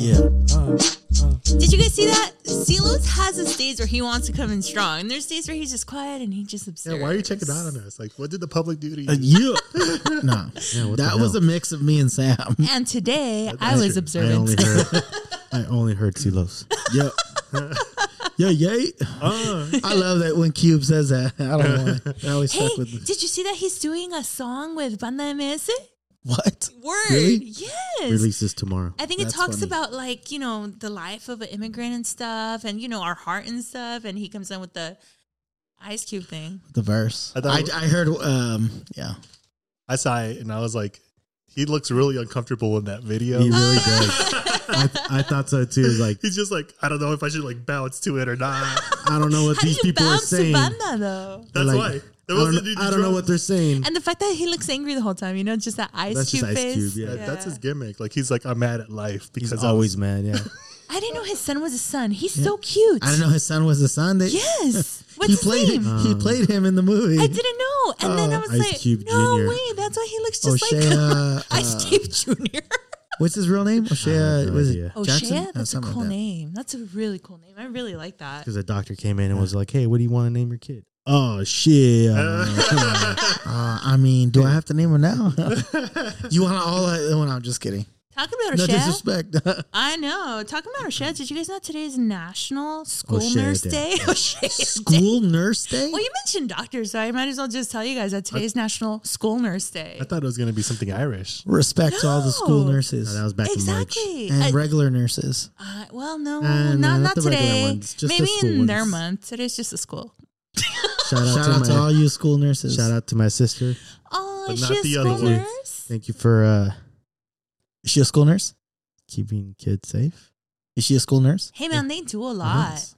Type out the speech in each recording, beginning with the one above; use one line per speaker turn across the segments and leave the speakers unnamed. Yeah.
Did you guys see that? Silos has his days where he wants to come in strong, and there's days where he's just quiet and he just observes.
Yeah, why are you checking out on us? Like, what did the public do to you?
Uh, you no.
what the
that was
hell?
a mix of me and Sam.
And today I
That's
was
true.
I only
observant.
heard I only heard Silos. Yep. Yeah, yay.
Uh.
I love that when Cube says that. I don't know why. That always
Hey,
stuck with me.
did you see that he's doing a song with Banda MS?
What?
Word,
Really?
yes.
Releases tomorrow.
I think it
That's
talks
funny.
about like you know the life of an immigrant and stuff, and you know our heart and stuff. And he comes in with the ice cube thing.
The verse.
I
I,
thought-
I, heard um yeah.
I saw it and I was like, he looks really uncomfortable in that video.
He really does. I, th- I thought so too. Like
He's just like, I don't know if I should like bounce to it or not.
I don't know what
How do
these
you
people are
bounce to
saying.
Banda though?
That's
Like,
why.
I
That was the
don't,
dude
I don't know what they're saying.
And the fact that he looks angry the whole time, you know, just that ice
That's
cube
just Ice
face.
Cube, yeah.
That- That's his gimmick. Like he's like, I'm mad at life because
He's
I was-
always mad. Yeah.
I didn't know his son was a son. He's so cute.
I didn't know his son was a son. They,
Yes. What's
he
his
played
name?
he
Um,
played him in the movie.
I didn't know. And then I
Oh,
was
Ice
like,
Cube Oh,
no
Jr..
way. That's why he looks just
O'Shea,
like
uh,
Ice Cube Jr.
what's his real name? O'Shea
no
was
idea.
it Jackson?
O'Shea?
Uh,
That's a
something like
cool
that.
name. That's a really cool name. I really like that.
Because a doctor came in and was like, "Hey, what do you want to name your kid?"
Oh shit! Uh, I mean, do I have to name him now? you want all? I, no, I'm just kidding.
Talking about
No
O'Shea.
disrespect.
I know. Talking about O'Shea, did you guys know today is National School
O'Shea
Nurse Day?
Day.
O'Shea.
School nurse day.
Well, you mentioned doctors, so I might as well just tell you guys that today is National School Nurse Day.
I thought it was gonna be something Irish.
Respect to all the school
No.
nurses
That was back in March.
Exactly.
and
I-
regular nurses.
Uh, well, no,
Uh, no,
not,
not
not
the regular
today.
ones, just the
Maybe
school
in their
ones.
month. Today's just a school.
Shout out,
Shout
to,
out to
my,
all you school nurses.
shout out to my sister.
Oh,
But
is
not
she a
the
school
other ones.
nurse?
Thank you for uh,
Is she a school nurse?
keeping kids safe.
Is she a school nurse?
Hey, man, they do a
Uh-huh.
lot.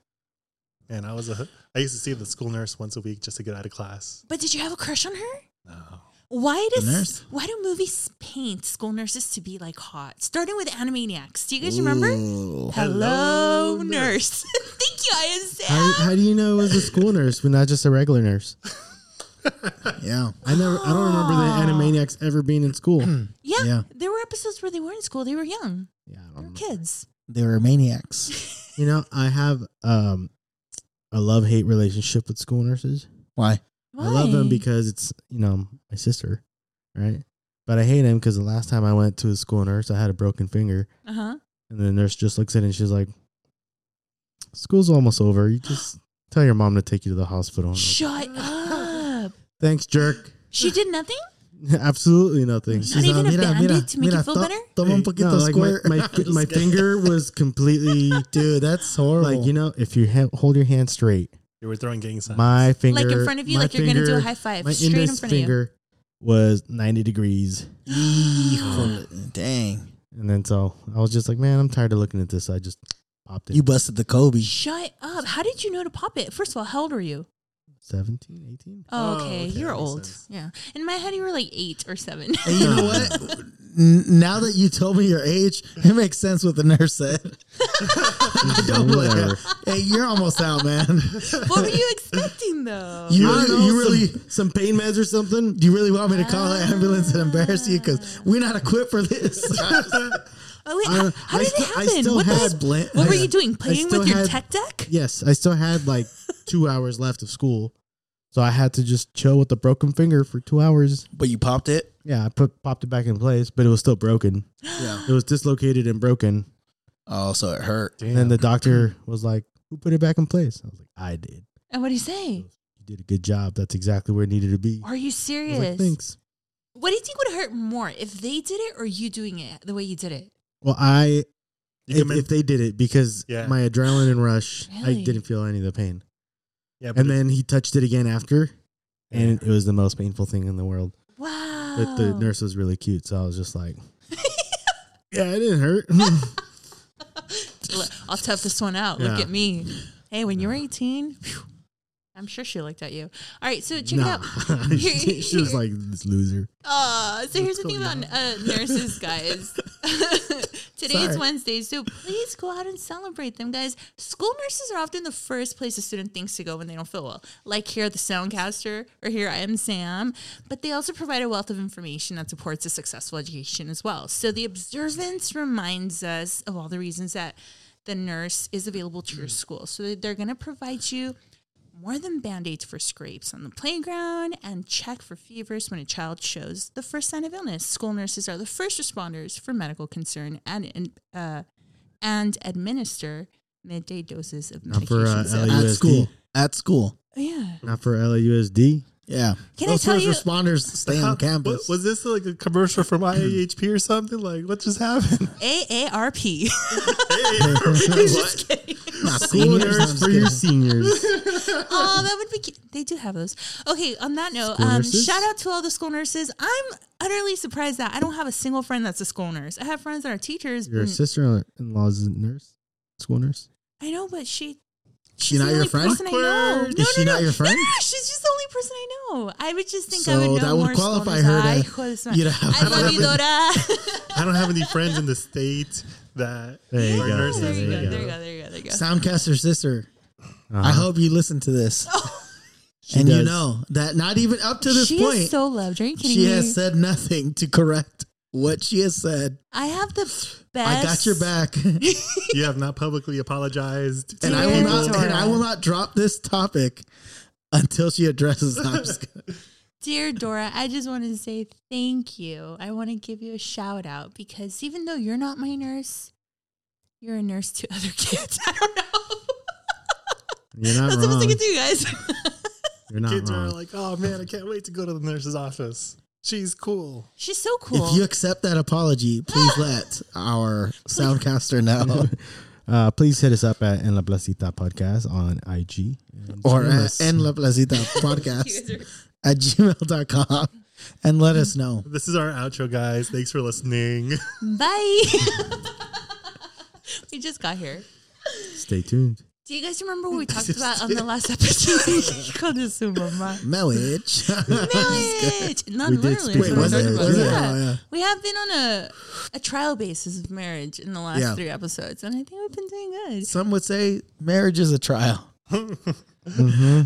Man, I was a I used to see the school nurse once a week just to get out of class.
But did you have a crush on her?
No.
Why
The
does
nurse?
why do movies paint school nurses to be like hot? Starting with Animaniacs. Do you guys remember? Hello, nurse. Thank you, I am
How,
Sam.
how do you know it was a school nurse, but not just a regular nurse?
Yeah.
I never, I don't remember
Oh.
the Animaniacs ever being in school.
Yeah,
Yeah.
there were episodes where they were in school. They were young.
yeah, I
They
don't
were
know.
kids.
They were maniacs.
You know, I have um, a love hate relationship with school nurses.
Why?
Why?
I love them because it's you know my sister, right? But I hate them because the last time I went to a school nurse, I had a broken finger,
uh huh.
and the nurse just looks at it and she's like, "School's almost over. You just tell your mom to take you to the hospital." I'm like,
Shut up.
Thanks, jerk.
She did nothing.
Absolutely nothing.
Not even a band-aid to make you feel
to-
better?
Toma un poquito
No, like my,
squirt.
my, my finger was completely
Dude, that's horrible.
like you know if you ha- hold your hand straight
You were throwing gang signs.
my finger
Like in front of you,
my
like you're gonna do a
finger-
high five
my
straight in
index
front of you.
finger was 90 degrees
Eeeh, Dang.
and then so i was just like man i'm tired of looking at this i just popped it
You busted the Kobe.
Shut up. How did you know to pop it? First of all, how old were you?
17 18
Oh,
Oh,
okay.
okay,
You're
that makes
old.
sense.
Yeah. In my head, you were like eight or seven.
And you know what? N- Now that you told me your age, it makes sense what the nurse said. I don't blame her.
Whatever.
Hey, you're almost out, man.
what were you expecting, though?
You
I
really,
don't know,
you really,
some, some pain meds or something
do you really want me to call an ambulance and embarrass you? Because we're not equipped for this.
oh, wait.
I
How,
don't-
how
I
did it
still- I
happen?
still
what the-
had blan-
what were
I-
you doing?
I
Playing
still
with your
had-
tech deck?
yes i still had like two hours left of school so i had to just chill with a broken finger for two hours
but you popped it.
yeah i put popped it back in place but it was still broken
Yeah.
it was dislocated and broken
Oh, so it hurt.
and then the doctor was like who put it back in place i was like i did
And what do you say?
you did a good job. That's exactly where it needed to be.
Are you
I
serious?
was like, Thanks.
What do you think would hurt more if they did it or you doing it the way you did it?
Well, I
You
if,
come in-
if they did it because
Yeah.
my adrenaline rush,
Really?
I didn't feel any of the pain.
yeah, but
And then he touched it again after, and
Yeah.
it was the most painful thing in the world.
Wow.
But the nurse was really cute, so I was just like,
Yeah, it didn't hurt.
Look, I'll tough this one out. Look
Yeah.
at me. Hey, when you were 18, phew, I'm sure she looked at you. All right, so check
"Nah."
it out. Here-
she, she was
here-
like this loser.
Uh, so here's the thing about uh, nurses, guys. Today is
Sorry.
Wednesday, so please go out and celebrate them, guys. School nurses are often the first place a student thinks to go when they don't feel well, like here at the Soundcaster or here I am Sam. But they also provide a wealth of information that supports a successful education as well. So the observance reminds us of all the reasons that the nurse is available to your school. So they're going to provide you more than band-aids for scrapes on the playground and check for fevers when a child shows the first sign of illness school nurses are the first responders for medical concern and and, uh, and administer midday doses of
Not for, uh,
medications Oh,
LAU.
At
USD.
school. At school.
yeah
Not for LAUSD.
Yeah.
Can I
Those
tell
first
you-
responders stay on campus.
Was, this like a commercial from IAHP or something? Like, what just happened?
aarp
what?
Not seniors. I'm
Seniors
just
for your
kidding.
seniors.
oh, that would be cute. They do have those. Okay, on that note,
School
um,
nurses?
shout out to all the school nurses. I'm utterly surprised that I don't have a single friend that's a school nurse. I have friends that are teachers.
Your
and-
sister-in-law's a nurse, school nurse.
I know, but she.
She
she's
not
the
your
only
friend?
person I know.
Is
No,
she
no,
not
no.
your friend?
No, no, she's just the only person I know. I would just think I
So
would know
that would
more
qualify
Spanish.
her to-
Ay, hijo de su-
you to have
I love you,
friends.
Dora.
I don't have any friends in the state that
There you
are
go.
nurses.
there you go.
There you
There you go. There you go. There you go.
Soundcaster sister. I
Uh-huh.
hope you listen to this.
She
and you
does.
know that not even up to this
Oh, she
point,
is so loved. Are you kidding
she
me?
has said nothing to correct what she has said.
I have the best.
I got your back. and
You have not publicly apologized.
I will
Dear
not
Dora.
and I will not drop this topic until she addresses I'm just kidding.
Dear Dora, I just want to say thank you. I want to give you a shout out because even though you're not my nurse, you're a nurse to other kids. I don't know.
You're not
That's the best I
wrong.
can do, guys.
You're not
Kids are
wrong.
like, oh man, I can't wait to go to the nurse's office. She's cool.
She's so cool.
If you accept that apology, please let our soundcaster know
Uh, please hit us up at En La Placita Podcast on IG.
or
Join
at
us.
en la placita
You
podcast
guys are-
at gmail.com and let us know.
This is our outro, guys. Thanks for listening.
Bye. we just got here.
Stay tuned.
Do you guys remember what we talked about on the last episode? Called it so mama.
Marriage.
Marriage. Not
We did
literally.
speak
Wait,
that's what we
was it?
talked about.
Was it?
Yeah.
Oh, yeah.
We have been on a, a trial basis of marriage in the last
Yeah.
three episodes, and I think we've been doing good.
Some would say marriage is a trial. Mm-hmm.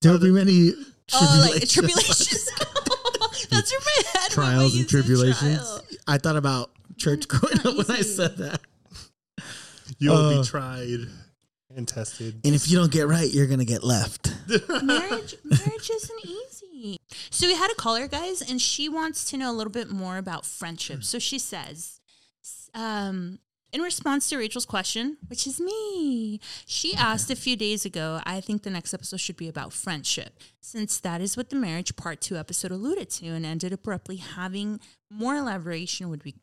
There will be many
Oh, like
tribulations.
tribulations. That's where my head went when
Trials
you
and
said
tribulations.
trial.
I thought about church growing up when I
easy.
said that.
You will
Uh.
be tried and tested.
And if you don't get right, you're gonna get left.
marriage marriage isn't easy. So we had a caller, guys, and she wants to know a little bit more about friendship. So she says, um, in response to Rachel's question, which is me, she asked a few days ago, I think the next episode should be about friendship, since that is what the marriage part two episode alluded to and ended abruptly. Having more elaboration would be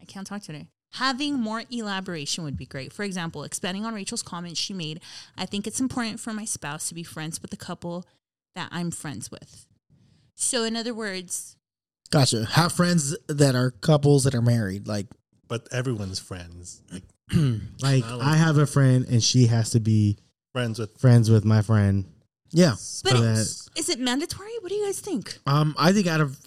I can't talk today. Having more elaboration would be great. For example, expanding on Rachel's comment she made, I think it's important for my spouse to be friends with the couple that I'm friends with. So, in other words,
Gotcha. Have friends that are couples that are married. Like,
But everyone's friends. Like
Like
I like-
I have a friend, and she has to be
friends with
friends with my friend.
yeah.
but
spouses.
is it mandatory? What do you guys think?
Um, I think out of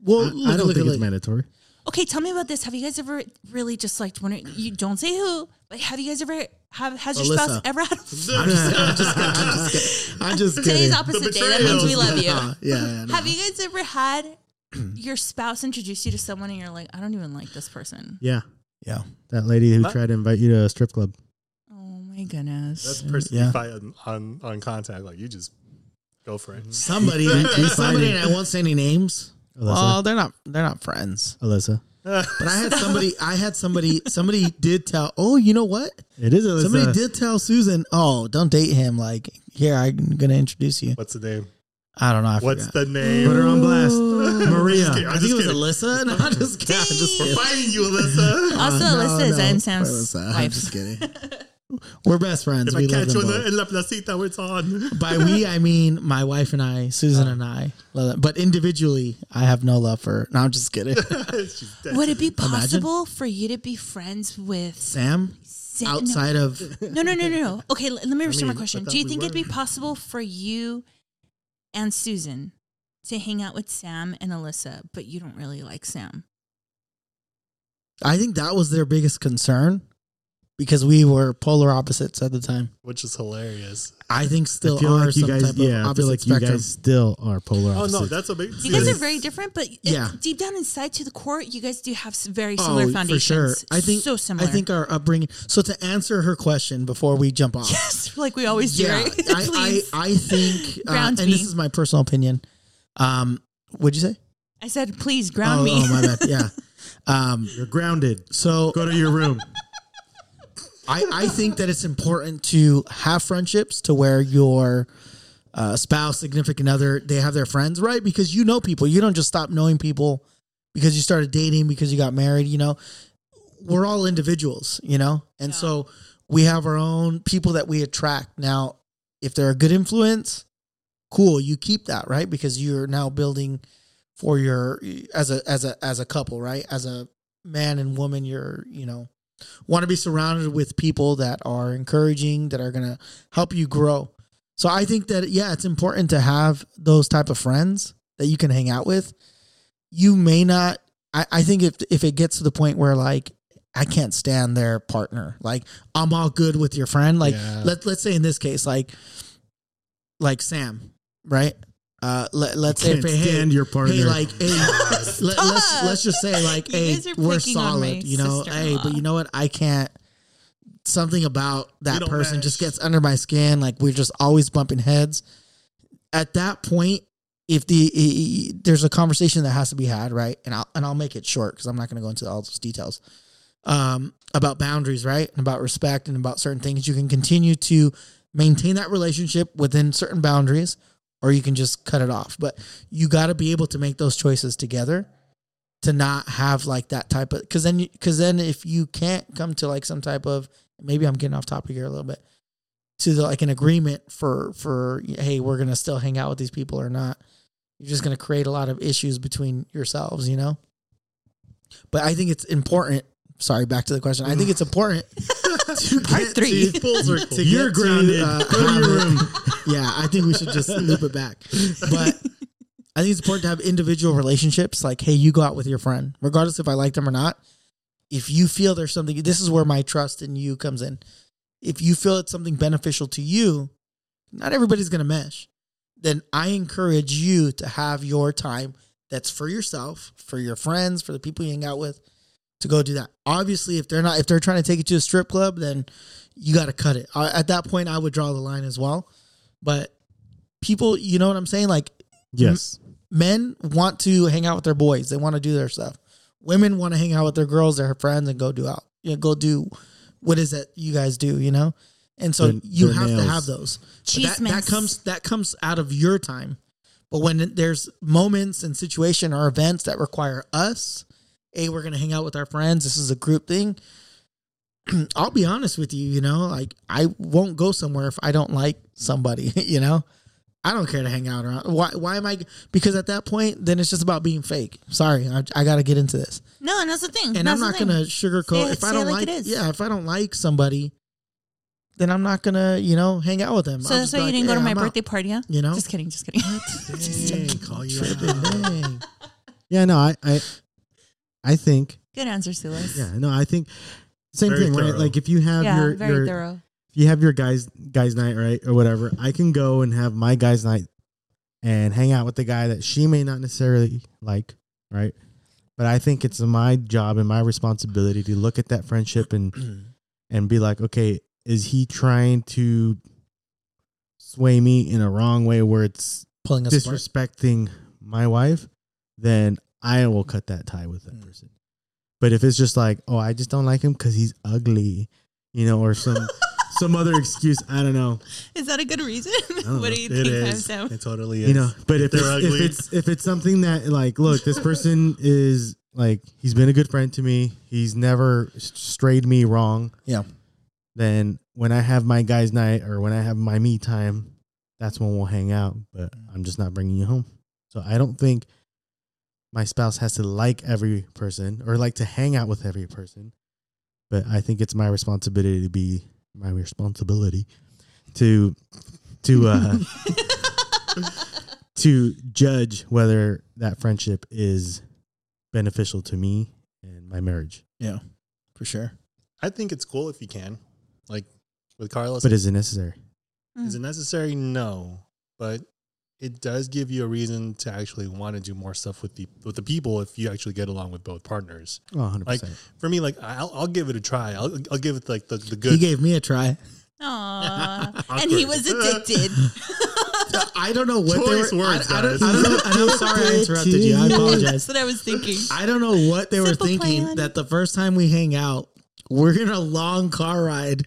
well,
I, I don't think
mandatory.
it's mandatory.
Okay, tell me about this. Have you guys ever really just like when you don't say who, but have you guys ever have has your spouse
Alyssa.
ever had? A,
I'm just, I'm just, kidding. I'm just kidding. I'm just kidding.
today's opposite day. That means we love you.
yeah. yeah, no.
Have you guys ever had your spouse introduce you to someone and you're like, I don't even like this person?
Yeah,
yeah.
that lady who
Huh?
tried to invite you to a strip club.
Oh my goodness.
That's personally
Yeah.
on, on on contact. Like you just go for it.
Somebody, somebody, and I won't say any names.
Alyssa.
they're not, they're not friends.
Alyssa,
But I had somebody, I had somebody, somebody did tell. Oh, you know what?
it is Alyssa.
Somebody did tell Susan, "Oh, don't date him." Like, here, I'm gonna introduce you.
What's the name?
I don't know. I
What's
forgot.
the
put her
name?
on blast.
Maria?
I'm just kidding. I'm
I think it was
just kidding.
Alyssa. No, I'm just kidding. I'm just
We're
kidding.
finding you, Alyssa.
Also,
Uh, no,
Alyssa is
no,
I'm
poor
Sam's
Alyssa. I'm
wife.
just kidding. We're best friends.
if
we
I
love
catch you
them
in,
both.
the, in La Placita, where it's on.
By we, I mean my wife and I, Susan
Oh.
and I. Love them. But individually, I have no love for. No, I'm just kidding.
She's dead.
Would it be possible for you to be friends with
Sam,
Sam?
outside of
No, no, no, no, no. Okay, l- let me restore my
mean, I
question.
thought
Do you
we
think it'd
were.
be possible for you and Susan to hang out with Sam and Alyssa, but you don't really like Sam?
I think that was their biggest concern because we were polar opposites at the time.
which is hilarious.
I think still
I feel
are
like you
some
guys,
type of
yeah, I
opposite
feel like
spectrum.
you guys still are polar
Oh
opposites.
no, that's a big.
You guys
Yeah.
are very different, but it-
Yeah.
deep down inside to the core, you guys do have s- very
Oh,
similar
for
foundations.
sure. I think-
so
I
similar.
think our upbringing. So to answer her question before we jump off,
yes, like we always do.
yeah,
right?
I,
Please.
I I think, uh, and
Ground me.
this is my personal opinion. Um, what'd you say?
I, said, please ground
oh,
me.
oh, my bad. Yeah. Um,
You're grounded.
so
Go to your room.
I, I think that it's important to have friendships to where your uh, spouse, significant other, they have their friends, right? Because you know people. You don't just stop knowing people because you started dating, because you got married, you know. We're all individuals, you know? And
Yeah.
so we have our own people that we attract. Now, if they're a good influence, cool, you keep that, right? Because you're now building for your as a as a as a couple, right? As a man and woman, you're, you know, want to be surrounded with people that are encouraging that are going to help you grow so i think that yeah it's important to have those type of friends that you can hang out with you may not i, I think if, if it gets to the point where like i can't stand their partner like i'm all good with your friend like
Yeah.
let, let's say in this case like like sam right uh let, let's say
Can't
if hey,
stand your partner.
Hey, like, hey, let, let's let's just say, like,
You
hey,
guys are
we're
picking on my
solid, you know. Hey, but
sister-in-law.
you know what? I can't. Something about that
don't
person just
mesh.
gets under my skin. Like we're just always bumping heads. At that point, if the i- i- there's a conversation that has to be had, right? And I'll and I'll make it short because I'm not going to go into all those details um, about boundaries, right? And about respect and about certain things. You can continue to maintain that relationship within certain boundaries, or you can just cut it off. But you got to be able to make those choices together to not have like that type of because then because then if you can't come to like some type of maybe I'm getting off topic here a little bit to the, like an agreement for for hey we're gonna still hang out with these people or not you're just gonna create a lot of issues between yourselves you know but I think it's important sorry back to the question I think it's important to
Part
get
three.
to-
Pulls are
to
You're
get to,
grounded.
uh,
Go to your room.
yeah, I think we should just loop it back. But I think it's important to have individual relationships. Like, hey, you go out with your friend, regardless if I like them or not. If you feel there's something, this is where my trust in you comes in. If you feel it's something beneficial to you, not everybody's going to mesh. Then I encourage you to have your time that's for yourself, for your friends, for the people you hang out with, to go do that. Obviously, if they're not, if they're trying to take you to a strip club, then you got to cut it. I, at that point, I would draw the line as well. But people, you know what I'm saying? Like
Yes.
men want to hang out with their boys. They want to do their stuff. Women want to hang out with their girls, their friends, and go do out. You know, go do what is it you guys do, you know? And so
Their-
you
their
have
nails.
to have those. But That, that
Cheesemans.
comes that comes out of your time. But when there's moments and situation or events that require us, hey, we're gonna hang out with our friends. This is a group thing. I'll be honest with you, you know, like I won't go somewhere if I don't like somebody, you know. I don't care to hang out around. Why? Why am I? Because at that point, then it's just about being fake. Sorry, I, I got to get into this,
no, and that's the thing.
and
that's
I'm
the
not
thing.
gonna sugarcoat.
Say it-
if
say
I
it
don't
like
like,
it is.
yeah, if I don't like somebody, then I'm not gonna, you know, hang out with them.
So
I'll
that's
just
why
be like,
you didn't go
"Hey,
to my
I'm out,"
birthday party, huh?
You know,
Just kidding, just kidding.
Dang, call you
Tripping,
out.
dang.
Yeah, no, I, I, I think
Good answer, Silas.
Yeah, no, I think same
Very
thing, right?
thorough.
Like if you have
Yeah,
your,
very
your if
thorough.
you have your guys guys night, right, or whatever, I can go and have my guys night and hang out with the guy that she may not necessarily like, right? But I think it's my job and my responsibility to look at that friendship and and be like, okay, is he trying to sway me in a wrong way where it's
pulling us apart.
disrespecting my wife, then I will cut that tie with that
Mm.
person. But if it's just like, oh, I just don't like him because he's ugly, you know, or some some other excuse, I don't know,
Is that a good reason?
Oh,
don't
what
know.
do you
It
think, Sam?
is.
Sam?
It totally is.
you know. But if
They're
it's, if
ugly.
it's if it's something that like, look, this person is like he's been a good friend to me, he's never s- strayed me wrong.
Yeah.
Then when I have my guys' night or when I have my me time, that's when we'll hang out. But I'm just not bringing you home. So I don't think my spouse has to like every person or like to hang out with every person. But I think it's my responsibility to be my responsibility to to uh to judge whether that friendship is beneficial to me and my marriage.
Yeah, for sure.
I think it's cool if you can, like with Carlos.
But is it necessary?
is it necessary? No, but it does give you a reason to actually want to do more stuff with the with the people if you actually get along with both partners.
Oh, 100
Like
percent.
for me, like I'll, I'll give it a try. I'll, I'll give it like the, the
He
good.
gave me a try.
Aww. and he
Awkward.
was addicted.
I don't know what
Choice
they were.
words,
I, I don't,
guys.
I don't know. And I'm sorry I interrupted you. I apologize.
That's what I was thinking.
I don't know what they were
Simple
thinking
plan.
that the first time we hang out, we're in a long car ride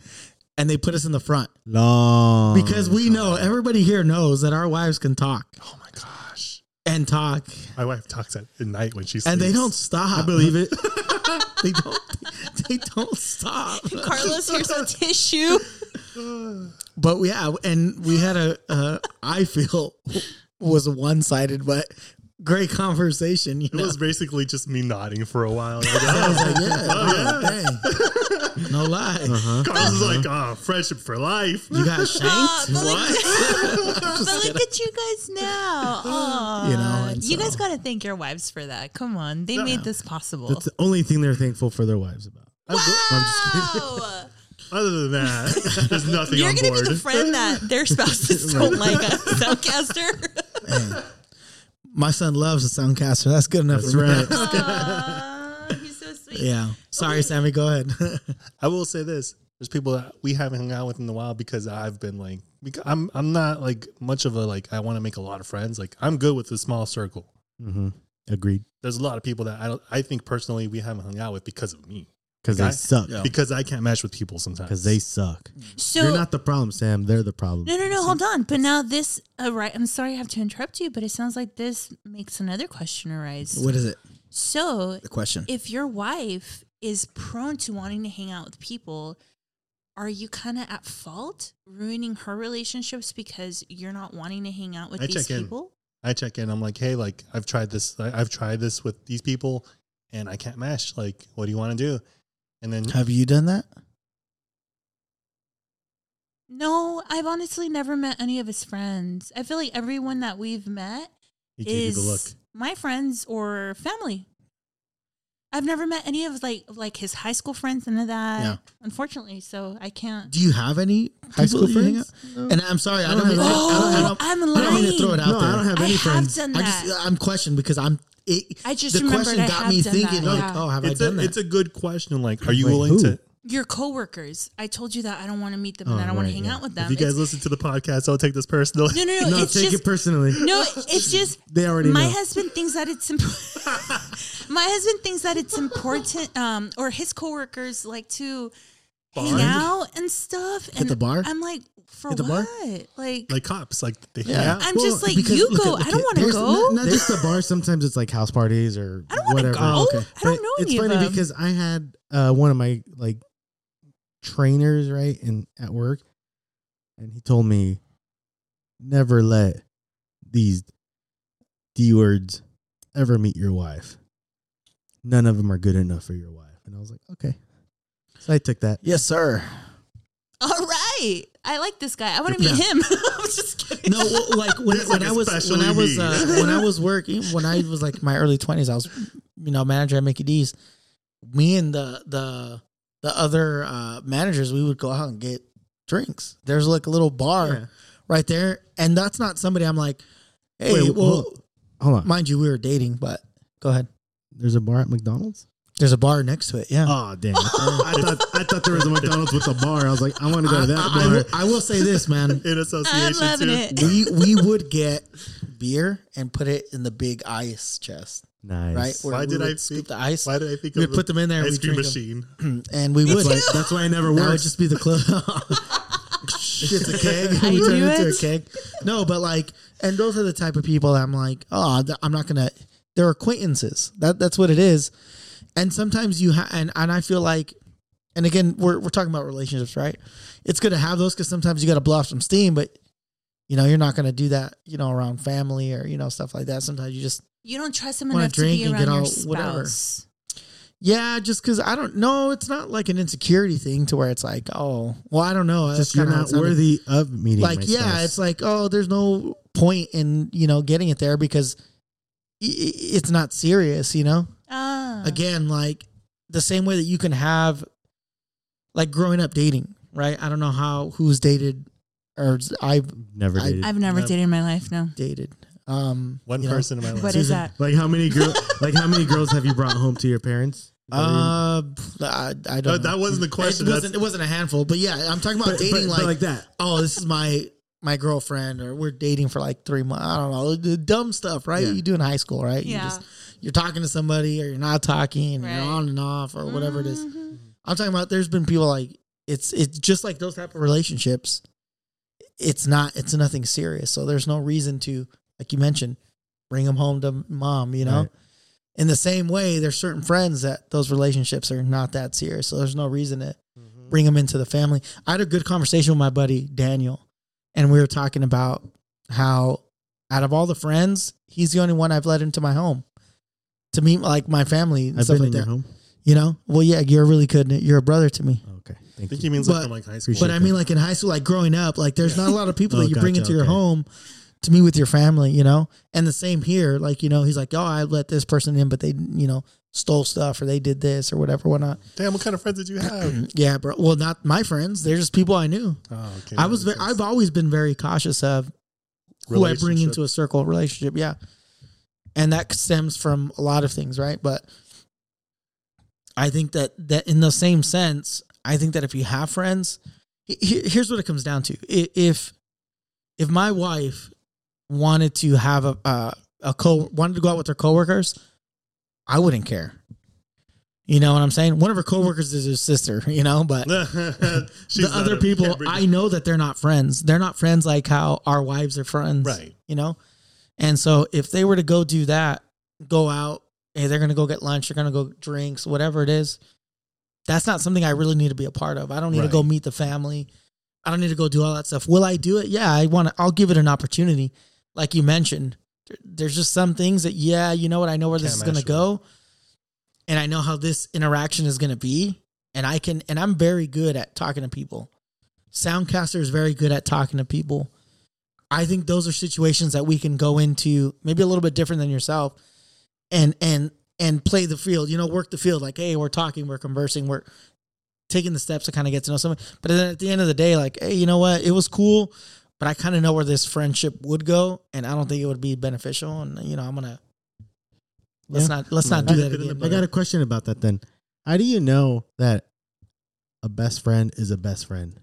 and they put us in the front
Oh,
Long
because we know everybody here knows that our wives can talk
oh my gosh,
and talk
my wife talks at, at night when she's
and they don't stop.
I believe it.
they don't they don't stop.
Carlos, here's a tissue.
But yeah, and we had a uh, I feel was one sided but great conversation, you
It
know.
was basically just me nodding for a while. Like,
I
oh,
was like, Oh, yeah, Uh-huh. wow, dang. no lie.
Carlos is like,
Uh-huh.
oh, friendship for life.
You got shanked?
but like-
What?
But look at you guys now. Aw.
You know, and
you guys
so-
got to thank your wives for that. Come on. They made this possible.
That's the only thing they're thankful for their wives about.
wow.
Other than that, there's nothing
You're
on
going to
board.
be the friend that their spouses don't like us, Soundcaster.
My son loves the Soundcaster. That's good enough for me.
Aw, he's so sweet.
Yeah. Sorry, Sammy. Go ahead.
I will say this: there's people that we haven't hung out with in a while because I've been like, because I'm I'm not like much of a like I want to make a lot of friends. Like I'm good with a small circle.
Mm-hmm. Agreed.
There's a lot of people that I don't, I think personally we haven't hung out with because of me
Because
Guy-
they suck.
Yeah.
because I can't match with people sometimes
Because they suck.
So,
You're not the problem, Sam. They're the problem.
No, no, no. Hold on. But now this arise. I'm sorry, I have to interrupt you, but it sounds like this makes another question arise.
what is it?
So,
The question.
if your wife is prone to wanting to hang out with people, are you kind of at fault ruining her relationships because you're not wanting to hang out with
I
these
check in.
people?
I check in. I'm like, hey, like I've tried this. I, I've tried this with these people, and I can't match. Like, what do you want to do? And then
Have you done that?
No, I've honestly never met any of his friends. I feel like everyone that we've met
he gave you
is
the look.
my friends or family. I've never met any of like like his high school friends, none of that.
Yeah.
Unfortunately, so I can't.
Do you have any
High school
people you hang
friends?
out- And I'm sorry. I
I
don't
don't
mean. I
have-
don't- I
Oh,
don't-
I'm
I don't mean to throw it
lying.
out
No,
there.
I don't have
I
any
have
friends.
done
I
that.
just I'm questioned because I'm. It,
I just
the
remembered
question
I
got
have
me
done
thinking
that,
like,
yeah.
oh, have
It's
I
a
done that?
it's a good question. Like, are you
Wait,
willing
who?
to?
Your coworkers. I told you that I don't want to meet them and
Oh,
I don't want to
right,
hang
yeah.
out with
If
them.
you guys listen to the podcast, I'll take this personal.
It's- no, no, no.
no,
it's
take
just
it personally.
no. It's just
They already
my
know.
husband thinks that it's important. my husband thinks that it's important, um, or his coworkers like to hang
Bond?
out and stuff. And
the bar?
I'm like, for
Hit the bar?
what? Like,
like cops, like they hang
Yeah.
out.
I'm
Well,
just like,
because
you
look at-
go.
look
I don't
at-
want to
there's
go.
not-
There's the bar. Sometimes it's like house parties or
I don't want to
whatever.
go.
Oh, okay.
I don't
But
know
It's
any
funny
of them.
because I had uh, one of my like trainers right and at work, and he told me never let these d words ever meet your wife. None of them are good enough for your wife. And I was like, okay. So I took that.
yes, sir.
All right. I like this guy. I want to meet
Yeah.
him. I'm just kidding.
No, well, like when,
This is
when
like
I
a
was
special
when I was
EV.
uh, when I was working when I was like my early twenties, I was you know manager at Mickey D's. Me and the the the other uh, managers, we would go out and get drinks. There's like a little bar
Yeah.
right there, and that's not somebody I'm like, hey,
Wait,
well,
hold- Hold on.
mind you, we were dating, but go ahead.
There's a bar at McDonald's.
There's a bar next to it. Yeah.
Oh damn! I thought I thought there was a McDonald's with a bar. I was like, Uh, I want to go
Oh, I,
to that
I- I
bar.
will, I will say this, man.
in association
I'm loving
too.
it.
we we would get beer and put it in the big ice chest,
nice.
right?
Why
we
did
would
I
scoop
think-
the ice?
Why did I think
We
of
put them in there and
ice
we
cream
drink 'em.
machine?
and we would.
That's why, that's why I never
That would
worked.
just be the close. it's a keg.
I
we turn
knew
it into a
it.
keg. No, but like, and those are the type of people I'm like, oh, th- I'm not gonna. They're acquaintances. That that's what it is. And sometimes you ha- and and I feel like, and again, we're we're talking about relationships, right? It's good to have those because sometimes you got to blow off some steam, but you know you're not gonna do that, you know, around family or you know stuff like that. Sometimes you just
You don't trust him
Wanna
enough to
drink
be
and
around
get
your
all- whatever.
spouse.
yeah, just because I don't know. It's not like an insecurity thing to where it's like, oh, well, I don't know.
It's
that's
just you're
kinda how
not
it sounded.
worthy of meeting.
like
my
yeah
spouse.
it's like oh there's no point in you know getting it there because i- i- it's not serious you know
Ah.
again like the same way that you can have like growing up dating, right? I don't know how who's dated or I've
Never
I-
dated.
I've never
Never.
dated in my life. No.
dated. Um
One
you know,
person in my
What
life.
is
Susan.
that?
like how many girl, like how many girls have you brought home to your parents?
Uh, I, I
No,
don't. know.
that wasn't the question.
It
That's-
wasn't, it wasn't a handful, but yeah, I'm talking about
But-
dating
but-
like,
but like that.
oh, this is my my girlfriend, or we're dating for like three months. I don't know, the dumb stuff, right?
Yeah.
You do in high school, right? You
Yeah.
you're talking to somebody, or you're not talking, and
Right. Mm-hmm.
you're on and off, or whatever it is. I'm talking about. There's been people like it's it's just like those type of relationships. It's not. It's nothing serious. So there's no reason to, like you mentioned, bring them home to mom. You know.
Right.
In the same way, there's certain friends that those relationships are not that serious. So there's no reason to
Mm-hmm.
bring them into the family. I had a good conversation with my buddy Daniel, and we were talking about how out of all the friends, he's the only one I've let into my home to meet like my family and
I've
stuff
been
like
in your
that.
home.
You know? Well, yeah, you're really good. You're a brother to me.
Oh, Okay,
I
thank
think he
you.
means like
But-
from like high school.
But
Appreciate
I mean, like in high school, like growing up, like there's not a lot of people
Oh,
that you bring
gotcha,
into your
okay.
home to meet with your family, you know? And the same here, like, you know, he's like, oh, I let this person in, but they, you know, stole stuff or they did this or whatever, whatnot.
Damn, what kind of friends did you have?
Yeah, bro. Well, not my friends. They're just people I knew.
oh, okay.
I was. Ve- I've always been very cautious of who I bring into a circle relationship. Yeah, and that stems from a lot of things, right? But I think that that in the same sense, I think that if you have friends, he- he- here's what it comes down to: I- if if my wife wanted to have a a, a co wanted to go out with her coworkers, I wouldn't care. You know what I'm saying? One of her coworkers is her sister. You know, but
the
the other people I know that they're not friends. They're not friends like how our wives are friends.
Right.
You know? And so if they were to go do that, go out, hey, they're gonna go get lunch, they're gonna go get drinks, whatever it is, that's not something I really need to be a part of. I don't need to go
Right.
meet the family. I don't need to go do all that stuff. Will I do it? Yeah, I wanna I'll give it an opportunity. Like you mentioned. There- There's just some things that, yeah, you know what, I know where this
Can't
is gonna
mash
go. And I know how this interaction is gonna be and I can and I'm very good at talking to people. Soundcaster is very good at talking to people. I think those are situations that we can go into maybe a little bit different than yourself and and and play the field, you know, work the field like hey, we're talking, we're conversing, we're taking the steps to kind of get to know someone. But then at the end of the day like, hey, you know what? It was cool, but I kind of know where this friendship would go and I don't think it would be beneficial and you know, I'm going to Let's
Yeah.
not let's not
I-
do that
I
again.
I got a question about that then. How do you know that a best friend is a best friend?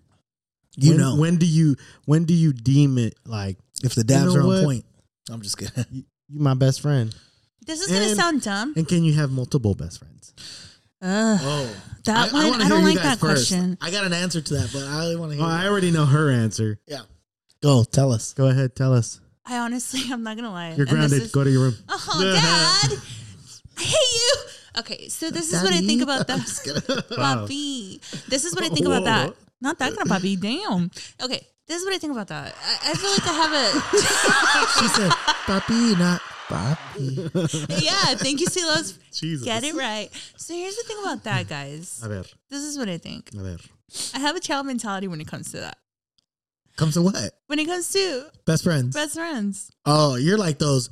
you
When-
know
when do you when do you deem it like
if the dabs
know
are on
what?
point. I'm just kidding.
you my best friend?
This is gonna
And-
sound dumb.
And can you have multiple best friends?
Ugh.
Oh,
That one,
wanna
I don't
hear you
like
guys
that
first.
question.
I got an answer to that, but I want to hear.
Oh, I already know her answer.
yeah, go tell us.
Go ahead, tell us.
I honestly, I'm not gonna lie.
You're
And this
grounded.
is-
Go to your room.
Oh, Dad, I hate you. Okay, so this is what I think about that, Bobby. This is what I think about that. Not that kind of Bobby. Damn. Okay, this is what I think about that. I, I feel like I have
She said, "Papi, not papi."
a yeah. Thank you, Silos.
Jesus.
Get it right. So here's the thing about that, guys.
A ver,
This is what I think.
a ver.
I have a child mentality when it comes to that.
Comes to what?
When it comes to
Best friends.
best friends,
Oh, you're like those.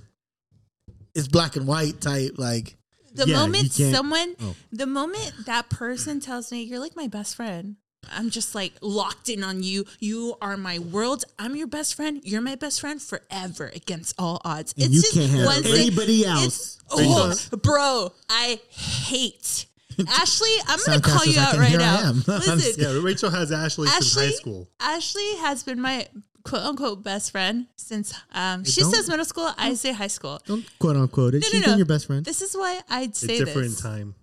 It's black and white type. Like
the
Yeah, you
moment
can't-
someone,
oh.
the moment that person tells me you're like my best friend, I'm just like locked in on you. You are my world. I'm your best friend. You're my best friend forever against all odds.
And
it's
you
just
can't have
one thing-
anybody
it's-
else.
Oh, bro, I hate. Ashley, I'm gonna call
Soundcaster's
you
like,
out
"And
right
here I
now.
am." I'm
Listen,
Yeah, Rachel has Ashley, since high
Ashley-
school.
Ashley has been my quote unquote best friend since um, she
don't-
says middle school. I say high school.
Don't quote unquote it.
No, no,
She's
no.
been your best friend.
This is why I'd
A
say
different
this.
time.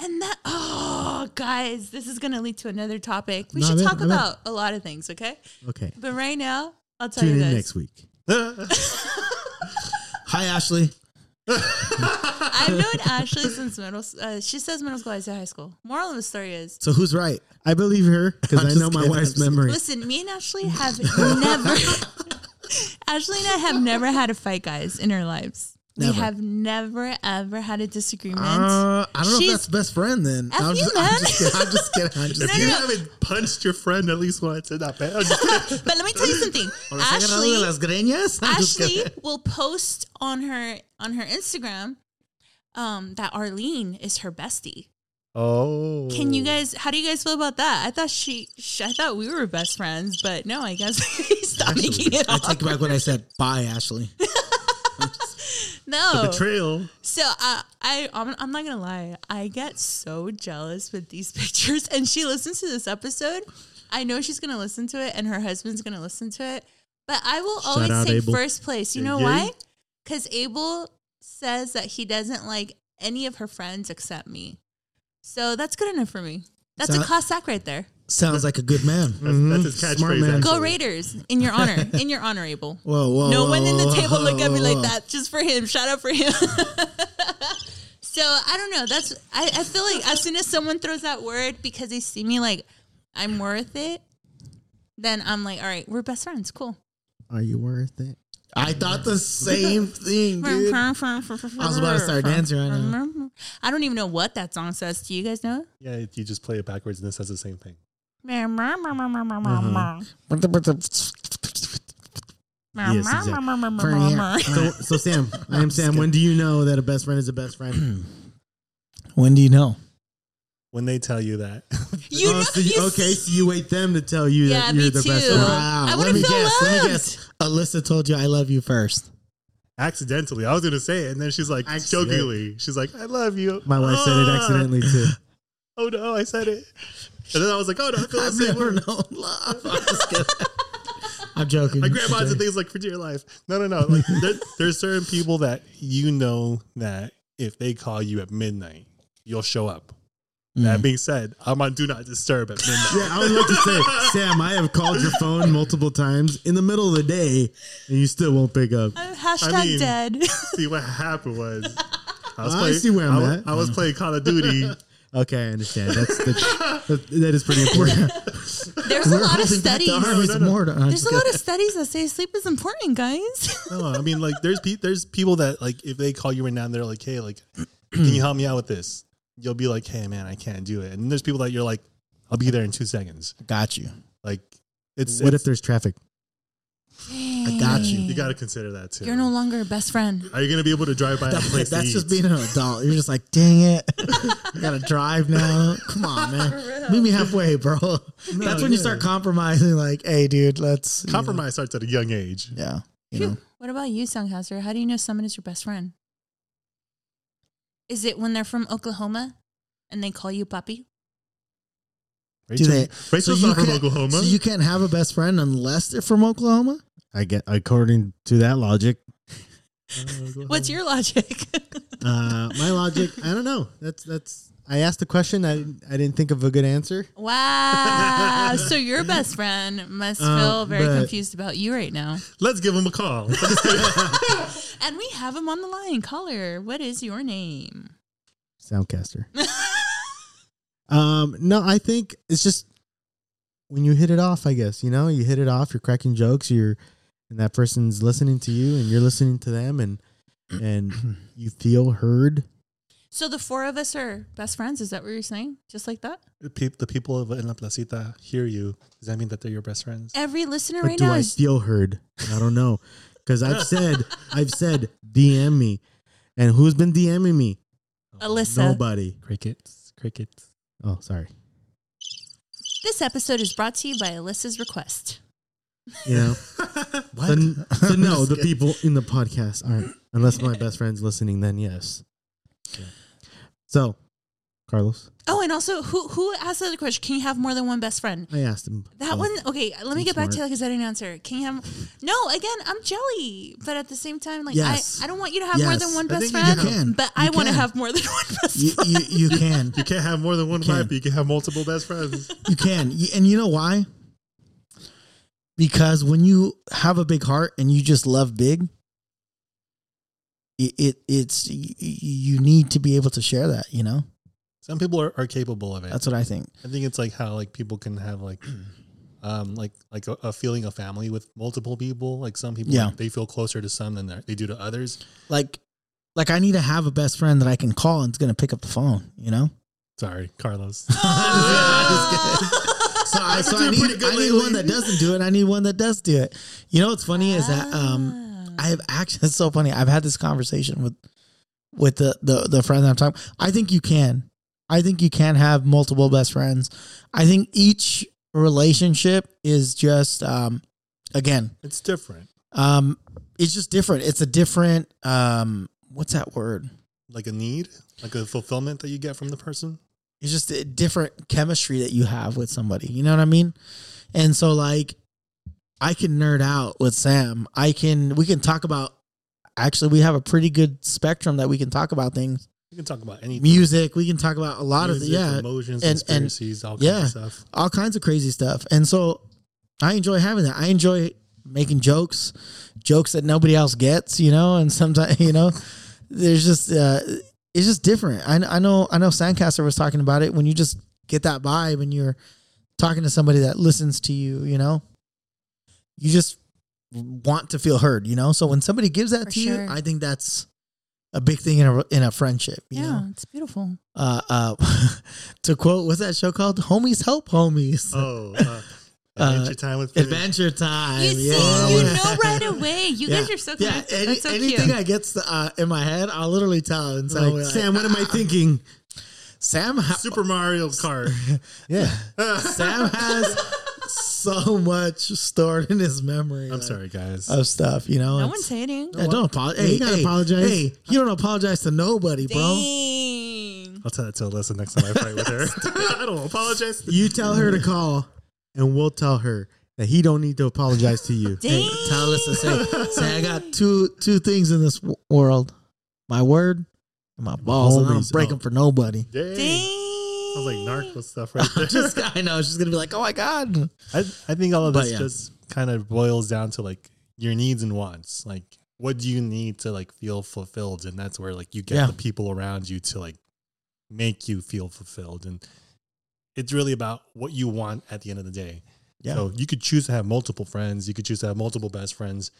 And that, oh, guys, this is going to lead to another topic. We
No,
should
I'm in,
talk
I'm in.
about a lot of things, okay?
Okay.
But right now, I'll tell
Tune in
you this.
next week.
hi, Ashley.
I've known Ashley since middle uh, She says middle school, I say high school. Moral of the story is
So who's right?
I believe her because
I'm
I
just
know my
kidding.
wife's
I'm just-
memory.
listen, me and Ashley have never, Ashley and I have never had a fight, guys, in our lives. We
Never.
have never, ever had a disagreement.
Ah.
Uh, I don't know
She's-
if that's best friend. Then
F
I'm,
you,
just,
man.
I'm just kidding. I'm just kidding. I'm just
No,
If
kidding.
you
no.
haven't punched your friend at least once, it's not bad. I'm just kidding.
but let me tell you something.
When I say
Ashley,
de las greñas, I'm just
Ashley
kidding.
will post on her on her Instagram um, that Arlene is her bestie.
Oh.
Can you guys? How do you guys feel about that? I thought she, sh I thought we were best friends, but no, I guess stop
Actually,
making it
I take
awkward.
back what I said. Bye, Ashley.
No,
Betrayal.
so I, I, I'm, I'm not gonna lie. I get so jealous with these pictures, and she listens to this episode. I know she's gonna listen to it, and her husband's gonna listen to it. But I will
Shout
always
out,
take
Abel.
first place. You
Yeah,
know
yeah.
why? Because Abel says that he doesn't like any of her friends except me. So that's good enough for me. That's a
So-
cost sack right there.
Sounds like a good man. Mm-hmm.
That's, that's his
Mhm.
catchphrase.
Smart man.
Go
actually.
Raiders in your honor, in your honor, Abel.
Whoa, whoa.
no
whoa,
one in the
whoa,
table
whoa,
look at me
whoa.
like that. Just for him. Shout out for him. so I don't know. That's I, I feel like as soon as someone throws that word because they see me like I'm worth it, then I'm like, all right, we're best friends. Cool.
Are you worth it?
I thought the same thing, dude.
I was
about to start dancing right
now. I don't even know what that song says. Do you guys know?
Yeah, you just play it backwards and it says the same thing.
Uh-huh.
Yes, So, so Sam, I am Sam. When do you know that a best friend is a best friend?
When do you know?
When they tell you that.
You know,
Oh, so
you-
okay, so you wait them to tell you
Yeah,
that
me
you're the best
too.
friend.
Wow.
I
let
wouldn't
me
feel
guess. Let me
loved.
guess. Alyssa told you I love you first.
accidentally. I was going to say it. And then she's like,
Accident-
jokingly, she's like, I love you.
My wife said it
Ah.
accidentally too.
Oh, no, I said it. And then I was like, oh, no, I feel the
I've
same
never
word.
known love. I'm just kidding. I'm joking.
My grandma
I'm
said
joking.
things like, for dear life. No, no, no. Like, there, there's certain people that you know that if they call you at midnight, you'll show up.
Mm.
That being said, I'm on Do Not Disturb at midnight.
Yeah, I would like to say, Sam, I have called your phone multiple times in the middle of the day, and you still won't pick up.
I'm hashtag
I mean-
dead.
See what happened was I was
I
playing.
see where I'm
I,
at.
I was playing Call of Duty.
Okay, I understand. That's the, that, that is pretty important.
There's a lot of
holding back
studies.
The armies
No, no, no.
more to- I'm
There's
just
a lot of studies that say sleep is important, guys.
no, I mean like there's pe- there's people that like if they call you right now and they're like, hey, like, can you help me out with this? You'll be like, hey, man, I can't do it. And there's people that you're like, I'll be there in two seconds.
kidding. got you.
Like it's,
What
it's
if there's traffic?
I
got
you got to consider that too.
You're no longer a best friend.
Are you gonna be able to drive by a
That-
place?
that's
to
just
eat?
being an adult. You're just like, dang it, I gotta drive now. Come on, man, meet me halfway, bro. that's when you
yeah.
start compromising. Like, hey, dude, let's you know.
compromise starts at a young age.
Yeah, you
Phew.
know,
What about you, Songhauser? How do you know someone is your best friend? Is it when they're from Oklahoma and they call you puppy?
do
Rachel,
they?
Rachel's not from
can't-
Oklahoma.
So you can't have a best friend unless they're from Oklahoma.
I get according to that logic.
What's your logic?
Uh, my logic, I don't know. That's that's. I asked the question. I I didn't think of a good answer.
wow. So your best friend must
Uh,
feel very
but-
confused about you right now.
Let's give him a call.
And we have him on the line. Caller, what is your name?
Soundcaster. um, no, I think it's just when you hit it off. I guess you know you hit it off. You're cracking jokes. You're and that person's listening to you, and you're listening to them, and and you feel heard.
So the four of us are best friends. Is that what you're saying? Just like that?
The peop- the people of in La Placita hear you. Does that mean that they're your best friends?
Every listener
But
right
do
now
I
is
feel heard? I don't know because I've said I've said DM me, and who's been DMing me?
Alyssa.
Nobody.
Crickets, crickets.
Oh, sorry.
This episode is brought to you by Alyssa's request.
You know.
What?
So, so
I'm
no,
just
the
kidding.
people in the podcast aren't. Unless my best friend's listening, then yes. So, Carlos,
Oh, and also, who who asked the other question? Can you have more than one best friend?
I asked him.
That
Oh,
one, okay. Let me
That's
get back to that
smart.
because I didn't answer. Can you have? No, again, I'm jelly, but at the same time, like
Yes.
I, I don't want you to have more
Yes.
than one
I
best
think you
friend,
can.
but
You
I want to
can.
have more than one best
You,
friend.
you you can
You can't have more than one
can.
wife, but you can have multiple best friends.
you can You- and you know why? Because when you have a big heart and you just love big, it, it it's you, you need to be able to share that. You know,
Some people are, are capable of it.
that's what I think.
I think it's like how like people can have like um like like a, a feeling of family with multiple people. Like some people
Yeah.
like, they feel closer to some than they- they do to others.
like like I need to have a best friend that I can call and's gonna pick up the phone, you know?
Sorry, Carlos.
So I, so I
I've been doing
need,
pretty
I
good
need
lately.
one that doesn't do it. I need one that does do it. You know what's funny is that um
Ah.
I have actually it's so funny. I've had this conversation with with the the, the friend that I'm talking. I think you can. I think you can have multiple best friends. I think each relationship is just um again,
It's different.
um it's just different. It's a different um what's that word?
Like a need, like a fulfillment that you get from the person.
It's just a different chemistry that you have with somebody. You know what I mean? And so like I can nerd out with Sam. I can we can talk about actually we have a pretty good spectrum that we can talk about things.
You can talk about anything.
Music, we can talk about a lot of the,
Music,
yeah,
emotions,
and- and-
conspiracies, all
yeah.
kinds of stuff.
all kinds of crazy stuff. And so I enjoy having that. I enjoy making jokes, jokes that nobody else gets, you know, and sometimes, you know, there's just, uh, it's just different. I, I know, I know Sandcaster was talking about it when you just get that vibe and you're talking to somebody that listens to you, you know, you just want to feel heard, you know? So when somebody gives that
For
to you,
sure.
I think that's a big thing in a, in a friendship, you know?
it's beautiful.
Uh, uh, to quote, what's that show called? Homies help homies.
Oh, uh,
Uh,
adventure time with Finn.
Adventure time.
You
yeah.
see, you know right away. You
Yeah.
guys are so
Yeah,
connected.
any,
That's so
anything
cute.
I gets uh, in my head, I'll literally tell. And so,
Like,
we're like,
Sam, what am I thinking?
Sam, ha-
Super Mario Kart.
Yeah.
Sam has so much stored in his memory.
I'm
like,
sorry, guys.
of stuff. You know,
No
It's-
one's hating.
Yeah, don't apologize. Hey,
you gotta
hey,
apologize.
Hey, you don't apologize to nobody, bro.
Dang.
I'll tell that to Alyssa next time I fight with her. I don't apologize.
You tell her to call, and we'll tell her that he don't need to apologize to you.
Dang.
Hey, tell us to say, say I got two two things in this w- world: my word and my balls. and I
Homies,
don't break
oh.
them for nobody.
Dang.
Dang.
Sounds like narco stuff right
I'm
there.
just, I know she's gonna be like, "Oh my god."
I, I think all of
But
this
yeah.
just kind of boils down to like your needs and wants. Like, what do you need to like feel fulfilled? And that's where like you get
Yeah.
the people around you to like make you feel fulfilled. And it's really about what you want at the end of the day.
Yeah.
So you could choose to have multiple friends. You could choose to have multiple best friends.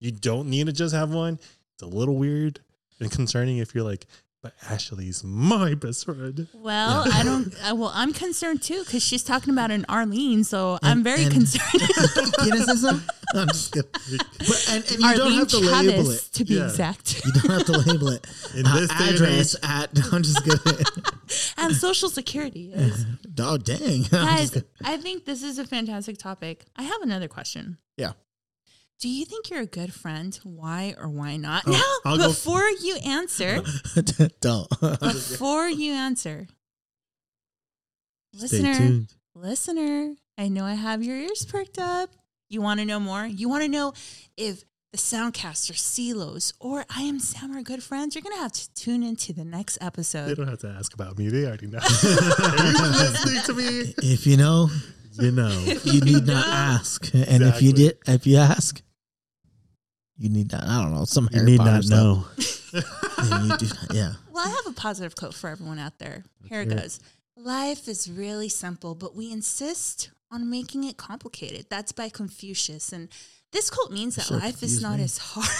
You don't need to just have one. It's a little weird and concerning if you're like, but Ashley's my best friend.
Well, I don't. I, well, I'm concerned too because she's talking about an Arlene, so I'm
And-
very
and-
concerned.
Cynicism? I'm just kidding. But, and, and you
Arlene
don't have to
Chavez,
label it.
to be
Yeah.
exact,
You don't have to label it.
In
Uh,
this day and
address at. No, I'm just kidding.
and Social Security. Is.
oh dang! I'm just
Guys,
kidding.
I think this is a fantastic topic. I have another question.
Yeah.
Do you think you're a good friend? Why or why not?
Oh,
now,
I'll go-
before you answer,
don't.
before you answer,
Stay
listener,
tuned.
listener, I know I have your ears perked up. You want to know more? You want to know if the Soundcaster, Silos, or I Am Sam are good friends? You're going to have to tune into the next
They
episode.
don't have to ask about me. They already know. If you're listening to me.
if you know,
You know.
you need not ask. And if
Exactly.
you did, if you ask, you need not. I don't know. Some
You
Harry
need
Potter
not
stuff.
know.
And you do not- yeah.
Well, I have a positive quote for everyone out there. Here it
hear it.
goes. Life is really simple, but we insist on making it complicated. That's by Confucius. And this quote means that
So
life is
confused
not
me.
as hard.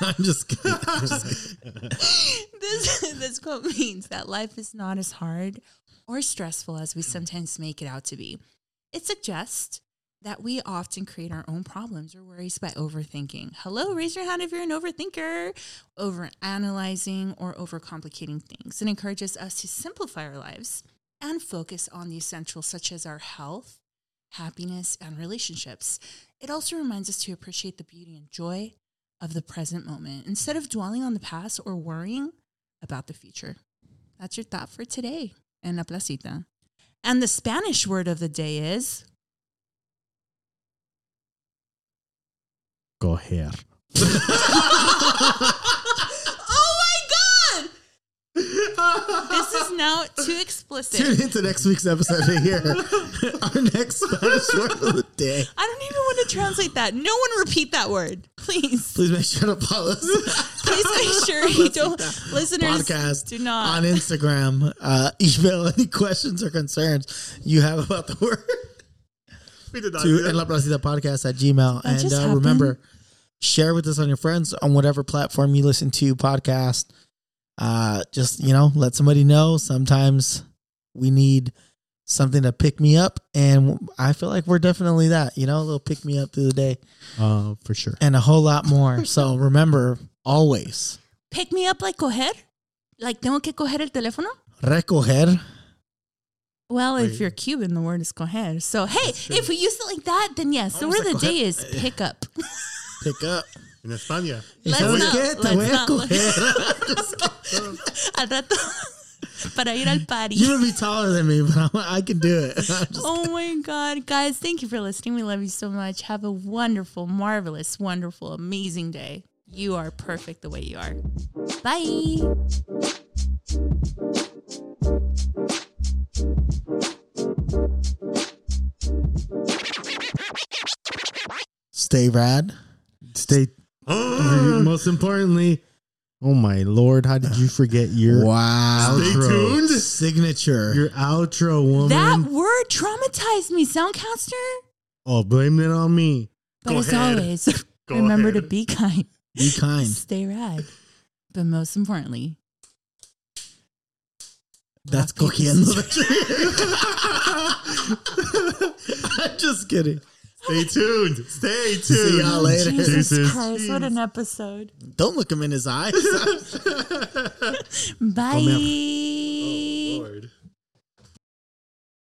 I'm just kidding. I'm just kidding.
this this quote means that life is not as hard or stressful as we sometimes make it out to be. It suggests that we often create our own problems or worries by overthinking. Hello, raise your hand if you're an overthinker, overanalyzing or overcomplicating things. It encourages us to simplify our lives and focus on the essentials such as our health, happiness, and relationships. It also reminds us to appreciate the beauty and joy of the present moment instead of dwelling on the past or worrying about the future. That's your thought for today en la placita. And the Spanish word of the day is
Go here.
Oh my god! This is now too explicit.
Tune into next week's episode to hear our next Spanish word of the day.
I don't even want to translate that. No one repeat that word. Please.
Please make sure to follow us.
Please make sure you don't listeners
podcast
do not
on Instagram. Uh, email any questions or concerns you have about the word
we did not do
to
that.
En La Placita Podcast at Gmail.
That
and
just
uh,
happened.
remember, share with us on your friends on whatever platform you listen to podcast. Uh, just, you know, let somebody know. Sometimes we need something to pick me up. And I feel like we're definitely that, you know, a little pick me up through the day
Uh, for sure.
and a whole lot more. so remember, always
pick me up like coger. Like tengo que coger el teléfono?
recoger
Well,
Wait.
if you're Cuban, the word is coger. So, hey,
true.
if we use it like that, then yes. The
Vamos
word
a
of the
coger.
day is pick up.
Pick up.
In España.
Let's
¿Sabes
not-
qué? Te
let's
voy a
not-
coger.
Al rato, para ir al party.
You would be taller than me, but i I can do it.
oh my God. Guys, thank you for listening. We love you so much. Have a wonderful, marvelous, wonderful, amazing day. You are perfect the way you are. Bye.
Stay rad.
Stay. most importantly, oh my lord, how did you forget your
Wow.
Stay
Outro.
tuned.
Signature.
your outro, woman?
That word traumatized me, sound counselor.
oh, blame it on me.
But
Go
as
ahead.
always,
Go
remember to
ahead.
be kind,
Be kind.
stay rad, but most importantly,
That's cogiendo. I'm just kidding.
Stay tuned. Stay tuned.
See y'all later.
Jesus
Deuces.
Christ, what an episode.
Don't look him in his eyes.
Bye.